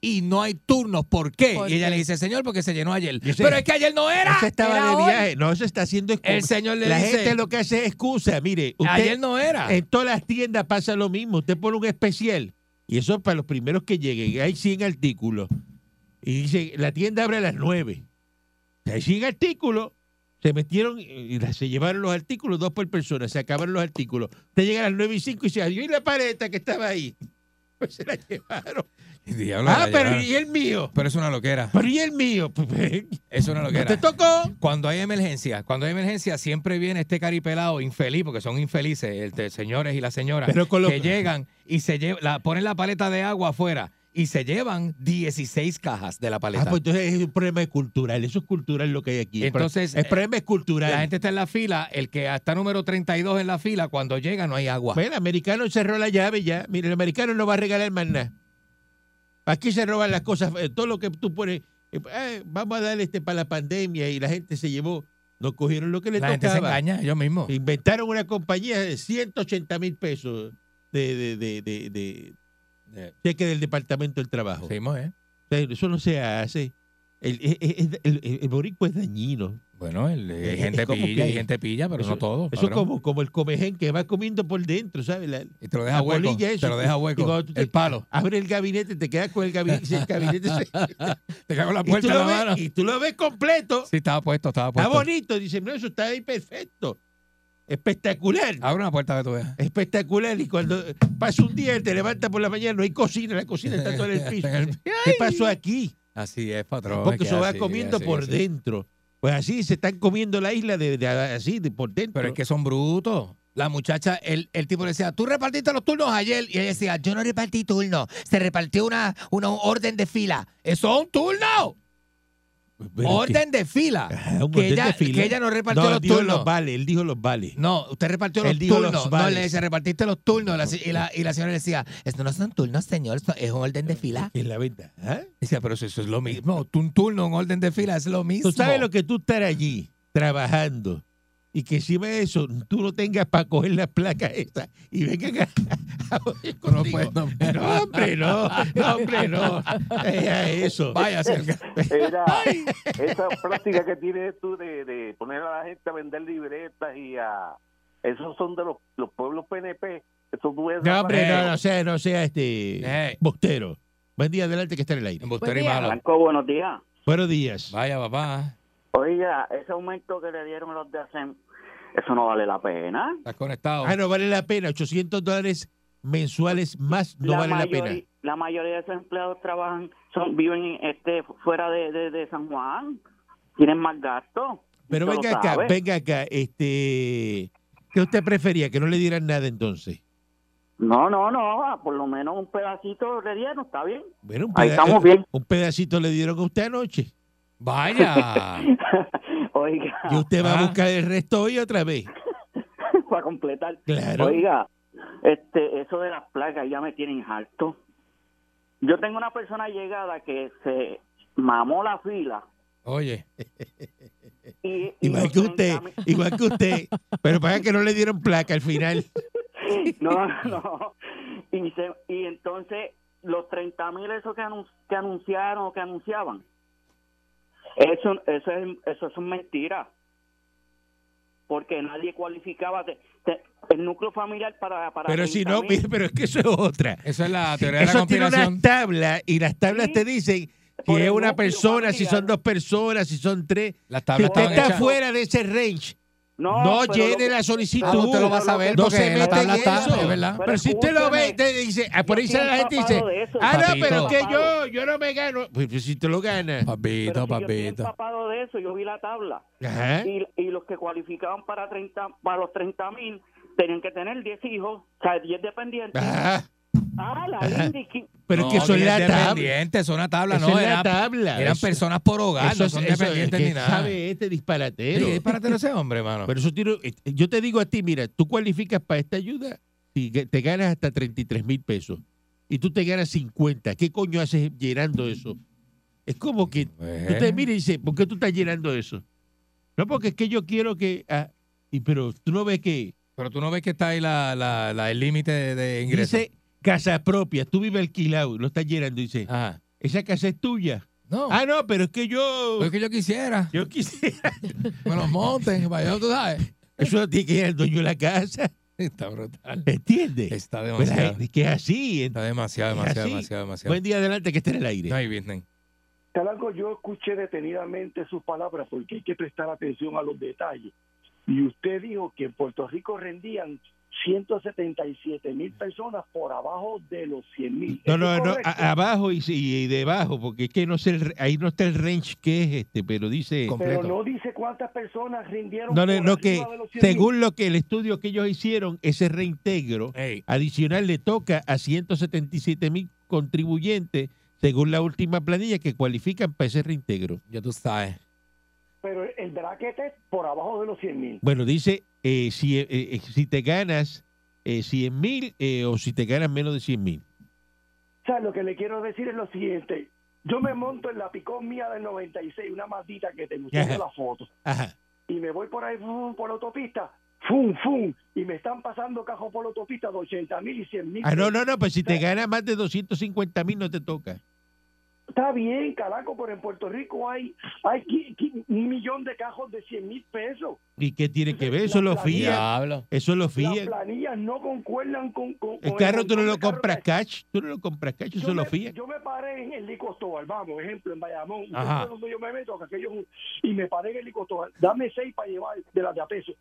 S4: y no hay turnos, ¿por qué?
S5: ¿Por
S4: y ella
S5: qué?
S4: le dice, señor, porque se llenó ayer.
S3: Yo sé.
S4: Pero es que ayer no era.
S3: Ese estaba
S5: Era
S3: de
S5: hoy.
S3: viaje. No, se está haciendo excusa.
S4: El señor le
S3: La
S4: dice,
S3: gente lo que hace es excusa. Mire, usted, Eh,
S4: ayer no era.
S3: en todas las tiendas pasa lo mismo. Usted pone un especial y eso es para los primeros que lleguen. Hay 100 artículos. Y dice, la tienda abre a las 9. Hay 100 artículos. Se metieron y la- se llevaron los artículos, dos por persona. Se acabaron los artículos. Usted llega a las 9 y 5 y se adiós y la paleta que estaba ahí. Pues se la llevaron.
S4: Diablo,
S3: Ah,
S4: la
S3: pero
S4: llevaron.
S3: ¿y el mío?
S4: Pero es una loquera.
S3: Pero ¿y el mío? Pues,
S4: Es una
S3: ¿No
S4: loquera.
S3: te tocó?
S4: Cuando hay emergencia, cuando hay emergencia siempre viene este caripelado infeliz, porque son infelices, el de señores y las señoras,
S3: Pero con lo-
S4: que llegan y se llevan, ponen la paleta de agua afuera y se llevan 16 cajas de la paleta.
S3: Ah, pues entonces es un problema cultural. Eso es cultural lo que hay aquí.
S4: Entonces,
S3: el problema es cultural.
S4: la gente está en la fila, el que está número 32 en la fila, cuando llega no hay agua.
S3: Bueno, el americano cerró la llave ya. Mire, el americano no va a regalar más nada. Aquí se roban las cosas, eh, todo lo que tú pones. eh, eh, vamos a darle este para la pandemia y la gente se llevó, no cogieron lo que le
S4: La gente se
S3: tocaba.
S4: engaña ellos mismos.
S3: Inventaron una compañía de 180 mil pesos de, de, de, de- de
S4: Eh,
S3: cheque del Departamento del Trabajo.
S4: seguimos, ¿eh?
S3: O sea, eso no se hace. El, es- es- es- el- el- el boricua es dañino.
S4: Bueno, el- eh, hay
S3: Es
S4: gente
S3: como
S4: pilla,
S3: que-
S4: hay gente pilla, pero no todo.
S3: Eso es
S4: cabrón.
S3: como, como el comején que va comiendo por dentro, ¿sabes? La-
S4: Y te lo deja
S3: la
S4: hueco,
S3: bolilla, eso.
S4: te lo deja
S3: Y
S4: hueco,
S3: cuando tú te-
S4: el palo.
S3: abre el gabinete, te quedas con el gabinete, si el gabinete se-
S4: Te cago en la
S3: y, tú
S4: puerta en
S3: lo
S4: la mano.
S3: ves, y tú lo ves completo,
S4: Sí, estaba puesto, estaba
S3: está
S4: puesto.
S3: bonito, dice, no, eso está ahí perfecto, espectacular,
S4: Abre una puerta que tú veas.
S3: espectacular, y cuando pasa un día, te levantas por la mañana, no hay cocina, la cocina está toda en el piso,
S4: Está en el-
S3: ¿qué pasó aquí?
S4: Así es, patrón. es
S3: Porque
S4: que
S3: eso va
S4: así,
S3: comiendo
S4: así,
S3: por
S4: así.
S3: dentro, pues así se están comiendo la isla de, de- así, de por dentro.
S4: Pero es que son brutos. La muchacha, el, el tipo le decía, tú repartiste los turnos ayer. Y ella decía, yo no repartí turnos. Se repartió una, una orden de fila. Eso es un "Eh, turno. Orden de fila.
S3: Ajá, un
S4: que,
S3: orden
S4: ella,
S3: de fila.
S4: que ella no repartió
S3: No, él
S4: los
S3: dijo
S4: turnos.
S3: los vales, él dijo los vales.
S4: No, usted repartió los
S3: Él dijo los
S4: turnos. no,
S3: vales.
S4: le dice, repartiste los turnos. La se- y, la, y la señora le decía, esto no son turnos, señor, esto es un orden de fila.
S3: Es la verdad. ¿ah?
S4: Decía, pero si eso es lo mismo. tú Un turno, un orden de fila es lo
S3: Tú
S4: mismo.
S3: sabes lo que tú estar allí trabajando y que encima de eso tú no tengas para coger las placas estas y vengan a, a joder
S4: No,
S3: contigo.
S4: pues, no.
S3: No, hombre, no. No, hombre, no. Deja eso.
S4: Vaya, señor.
S8: Era esa práctica que tienes tú de, de poner a la gente a vender libretas y a... Esos son de los, los pueblos PNP. Esos dueños...
S3: No, hombre, no, no sea, no sea este
S4: Eh.
S3: bostero. Buen día, adelante que está en el aire.
S4: Embustero y
S5: Buen día.
S4: malo.
S8: Blanco, buenos días.
S3: Buenos días.
S4: Vaya, papá.
S8: Oiga, ese aumento que le dieron los de ASEM, eso no vale la pena.
S4: Estás conectado.
S3: Ah, no vale la pena. 800 dólares mensuales más no vale la
S8: mayoría-
S3: pena.
S8: La mayoría de esos empleados trabajan, son viven este fuera de, de, de San Juan, tienen más gastos.
S3: Pero
S8: Usted lo
S3: venga acá,
S8: sabe.
S3: venga acá. Este, ¿Qué usted prefería? Que no le dieran nada entonces.
S8: No, no, no, ah, por lo menos un pedacito le dieron, está bien.
S3: Bueno, un,
S8: Ahí
S3: peda- eh,
S8: estamos bien.
S3: un pedacito le dieron a usted anoche.
S4: Vaya.
S8: Oiga,
S3: Y usted va
S4: Ah.
S3: a buscar el resto hoy otra vez.
S8: para completar.
S3: Claro.
S8: Oiga, este, eso de las placas ya me tienen harto. Yo tengo una persona llegada que se mamó la fila.
S4: Oye.
S8: Y, y
S3: Igual que
S8: los
S3: usted,
S8: 30.000
S3: igual que usted. Pero para que no le dieron placa al final.
S8: No, no. Y, se- y entonces los 30 mil esos que, anun- que anunciaron o que anunciaban, eso, eso, es, eso es mentira. Porque nadie cualificaba te- te- el núcleo familiar para... para
S3: Pero si no,
S8: 30.000.
S3: mire, pero es que eso es otra.
S4: Eso es la teoría de la
S3: Eso tiene unas
S4: conspiración.
S3: tablas y las tablas
S8: Sí.
S3: te dicen
S8: Por
S3: que es
S8: el
S3: una
S8: núcleo
S3: persona, si son
S8: familiar.
S3: dos personas, si son tres.
S4: Las
S3: Si
S4: tablas
S3: usted
S4: estaban
S3: está
S4: hechas.
S3: fuera de ese range, no
S8: pero
S3: llene
S8: lo-
S3: la solicitud.
S4: Ah, no, usted lo va a saber
S3: No
S4: porque
S3: se mete
S4: la
S3: en
S4: tabla está,
S3: eso.
S4: es verdad.
S3: Pero si usted lo ve,
S8: escúcheme,
S3: usted dice, ah, por ahí
S8: yo
S3: sale la gente
S8: estoy
S3: y
S8: empapado de
S3: dice,
S8: eso.
S3: ah, no,
S4: Papito.
S3: pero es que yo, yo no me gano. Pues, pues, si te lo ganas.
S8: pero
S4: Papito,
S8: si yo estoy
S4: papito.
S8: empapado de eso, yo vi la tabla.
S3: Ajá.
S8: y, y los que cualificaban para 30, para los 30 mil tenían que tener 10 hijos, o sea, 10 dependientes.
S3: Ajá.
S8: Ah, la Lindy King.
S3: Pero
S4: No,
S3: es que eso es
S4: bien
S3: la tabla.
S4: dependiente, Eso es una tabla,
S3: Eso
S4: no.
S3: es la
S4: Era,
S3: tabla.
S4: Eran
S3: Eso-
S4: personas por hogar,
S3: Eso
S4: no
S3: es-
S4: son
S3: eso es-
S4: dependientes
S3: ¿qué
S4: ni nada.
S3: sabe Pues este disparatero?
S4: Sí, disparate ese hombre, mano.
S3: Pero eso tiene- eh, yo te digo a ti, mira, tú cualificas para esta ayuda y que te ganas hasta 33 mil pesos y tú te ganas 50. ¿Qué coño haces llenando eso? Es como que tú te miras y dices, ¿por qué tú estás llenando eso? No, porque es que yo quiero que... ah, y, pero tú no ves que
S4: Pero tú no ves que está ahí la, la, la- el límite de, de ingreso.
S3: dice casa propia, tú vives alquilado, lo estás llenando y dices,
S4: Ajá.
S3: esa casa es tuya.
S4: No,
S3: Ah, no, pero es que yo...
S4: lo que yo quisiera.
S3: Yo quisiera...
S4: Me los monten, para yo, tú sabes.
S3: Eso no tiene que ir al dueño de la casa,
S4: Está brutal.
S3: ¿entiendes?
S4: Está
S3: Pero la
S4: demasiado.
S3: gente es que es así,
S4: Está demasiado,
S3: Es
S4: demasiado,
S3: así. Pues-
S4: demasiado, demasiado.
S3: Buen día adelante que esté en el aire.
S4: No hay business.
S9: Calango, yo escuché detenidamente sus palabras porque hay que prestar atención a los detalles. Y usted dijo que en Puerto Rico rendían 177 mil personas por abajo de los 100 mil.
S3: No, no, no, a- abajo y, y debajo, porque es que no sé, el re- ahí no está el range que es este, pero dice,
S9: Pero
S4: Completo.
S9: no dice cuántas personas rindieron
S3: no,
S9: por
S3: no, no,
S9: arriba
S3: que
S9: de los 100.000.
S3: según lo que el estudio que ellos hicieron, ese reintegro
S4: Ey,
S3: adicional le toca a 177 mil contribuyentes, según la última planilla, que cualifican para ese reintegro.
S4: ya tú sabes.
S9: Pero el bracket es por abajo de los 100 mil.
S3: Bueno, dice, eh, si, eh, eh, si te ganas eh, 100 mil eh, o si te ganas menos de 100 mil.
S9: O sea, lo que le quiero decir es lo siguiente. Yo me monto en la picón mía del 96, una maldita que te gustó
S3: Ajá.
S9: la foto.
S3: Ajá.
S9: y me voy por ahí fum, por la autopista, fum, fum, y me están pasando cajos por la autopista de 80 mil y 100 mil.
S3: Ah, no, no, no, pues si te ganas más de 250 mil no te toca.
S9: Está bien, carajo, pero en Puerto Rico hay, hay qui- qui- un millón de cajos de 100 mil pesos.
S3: ¿Y qué tiene que ver? Eso lo
S9: La
S3: fía.
S4: Diablo.
S3: Eso lo
S9: Las
S3: fía.
S9: planillas no concuerdan con... con- con
S3: El carro tú no
S9: montón
S3: lo
S9: de carros
S3: compras
S9: que-
S3: cash, tú no lo compras cash, eso
S9: yo
S3: lo
S9: me-
S3: fía.
S9: Yo me paré en el Licostobal, vamos, ejemplo, en Bayamón. Usted
S4: Ajá.
S9: sabe dónde yo me meto, que aquello es un- y me paré en el Licostobal. Dame seis para llevar de las de a peso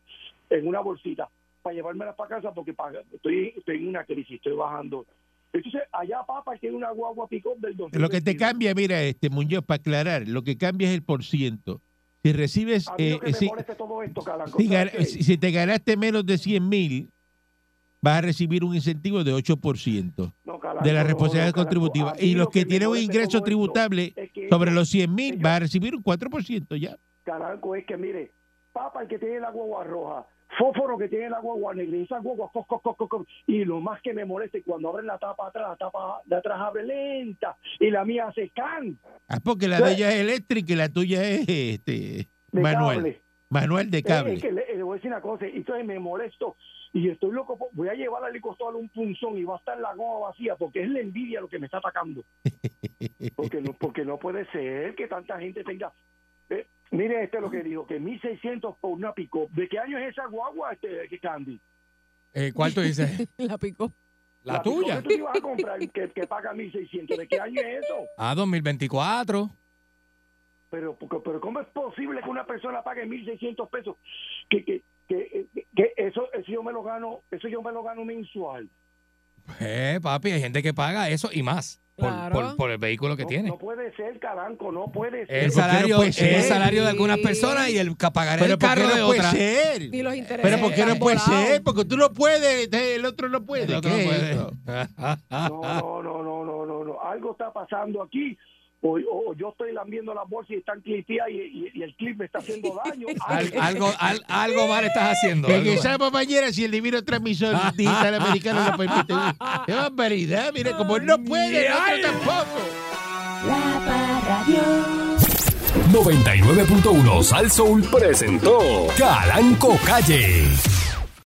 S9: en una bolsita, para llevármelas para casa porque pa- estoy, estoy en una crisis, estoy bajando. Entonces, allá papá tiene una guagua picón del 2000.
S3: Lo que te cambia, mira, este Muñoz, para aclarar, lo que cambia es el por ciento. Si recibes,
S9: A mí lo
S3: eh,
S9: que me
S3: si,
S9: molesta todo esto, Calanco,
S3: si
S9: ¿sabes
S3: gana-
S9: qué?
S3: si- si te ganaste menos de 100 mil, vas a recibir un incentivo de 8%
S9: No, Calanco,
S3: de la
S9: no,
S3: responsabilidad
S9: no, Calanco.
S3: contributiva.
S9: A mí
S3: Y
S9: lo
S3: los que
S9: me
S3: tienen un
S9: molesta
S3: ingreso
S9: todo esto
S3: tributable
S9: es que que
S3: Sobre los 100 mil va a recibir un 4% ya.
S9: Caranco es que, mire, papa el que tiene la guagua roja, fósforo que tiene la guagua negra, y esas guaguas, cos, cos, cos, cos, cos. y lo más que me molesta es cuando abren la tapa atrás, la tapa de atrás abre lenta, y la mía hace can
S3: Ah, porque la
S9: Sí.
S3: de ella es eléctrica y la tuya es este
S9: de
S3: manual.
S9: cable. Eh,
S3: Manual de cable.
S9: Es que le, le voy a decir una cosa, y entonces me molesto y estoy loco, por- voy a llevar al licostol un punzón y va a estar la goma vacía porque es la envidia lo que me está atacando. Porque no, porque no puede ser que tanta gente tenga... Eh, mire este lo que dijo, que 1.600 por una pico. ¿De qué año es esa guagua, este, que Candy?
S4: Eh, ¿Cuál tú dices?
S5: La picó.
S4: La,
S9: pick-up
S4: tuya.
S9: que tú te ibas a comprar que, que paga 1.600. ¿De qué año es eso?
S4: Ah, 2024.
S9: Pero, porque- pero ¿cómo es posible que una persona pague 1.600 pesos? Que, que, que, eh, que eso, eso yo me lo gano, eso yo me lo gano mensual.
S4: Eh, papi, hay gente que paga eso y más por,
S5: Claro.
S4: por- por el vehículo que
S9: no,
S4: tiene. Eh,
S9: no puede ser, caranco, no puede ser.
S4: El
S3: ¿Por qué no
S4: salario,
S3: puede ser?
S4: el salario de algunas personas y el ca- pagar el
S3: Pero ¿por qué
S4: carro
S3: no
S4: de
S3: puede
S4: otras.
S3: ser?
S5: Y los intereses.
S3: Pero ¿por qué no
S5: están
S3: puede
S5: volados.
S3: ser? Porque tú no puedes, este, el otro no puede.
S4: El otro no
S3: ¿Qué es
S4: puede.
S3: eso?
S4: ah,
S9: No, no, no, no, no, no, no. Algo está pasando aquí. O, o- o yo estoy lambiendo las bolsas y están clipeadas y, y- y el clip me está haciendo daño.
S4: Al- algo, al- algo mal estás haciendo. algo mal.
S3: Regresamos mañana si el divino transmisor digital americano lo permite. ¡Qué barbaridad! Mira, como no puede, el otro tampoco.
S7: La Radio.
S1: 99.1 Sal Soul presentó Calanco Calle.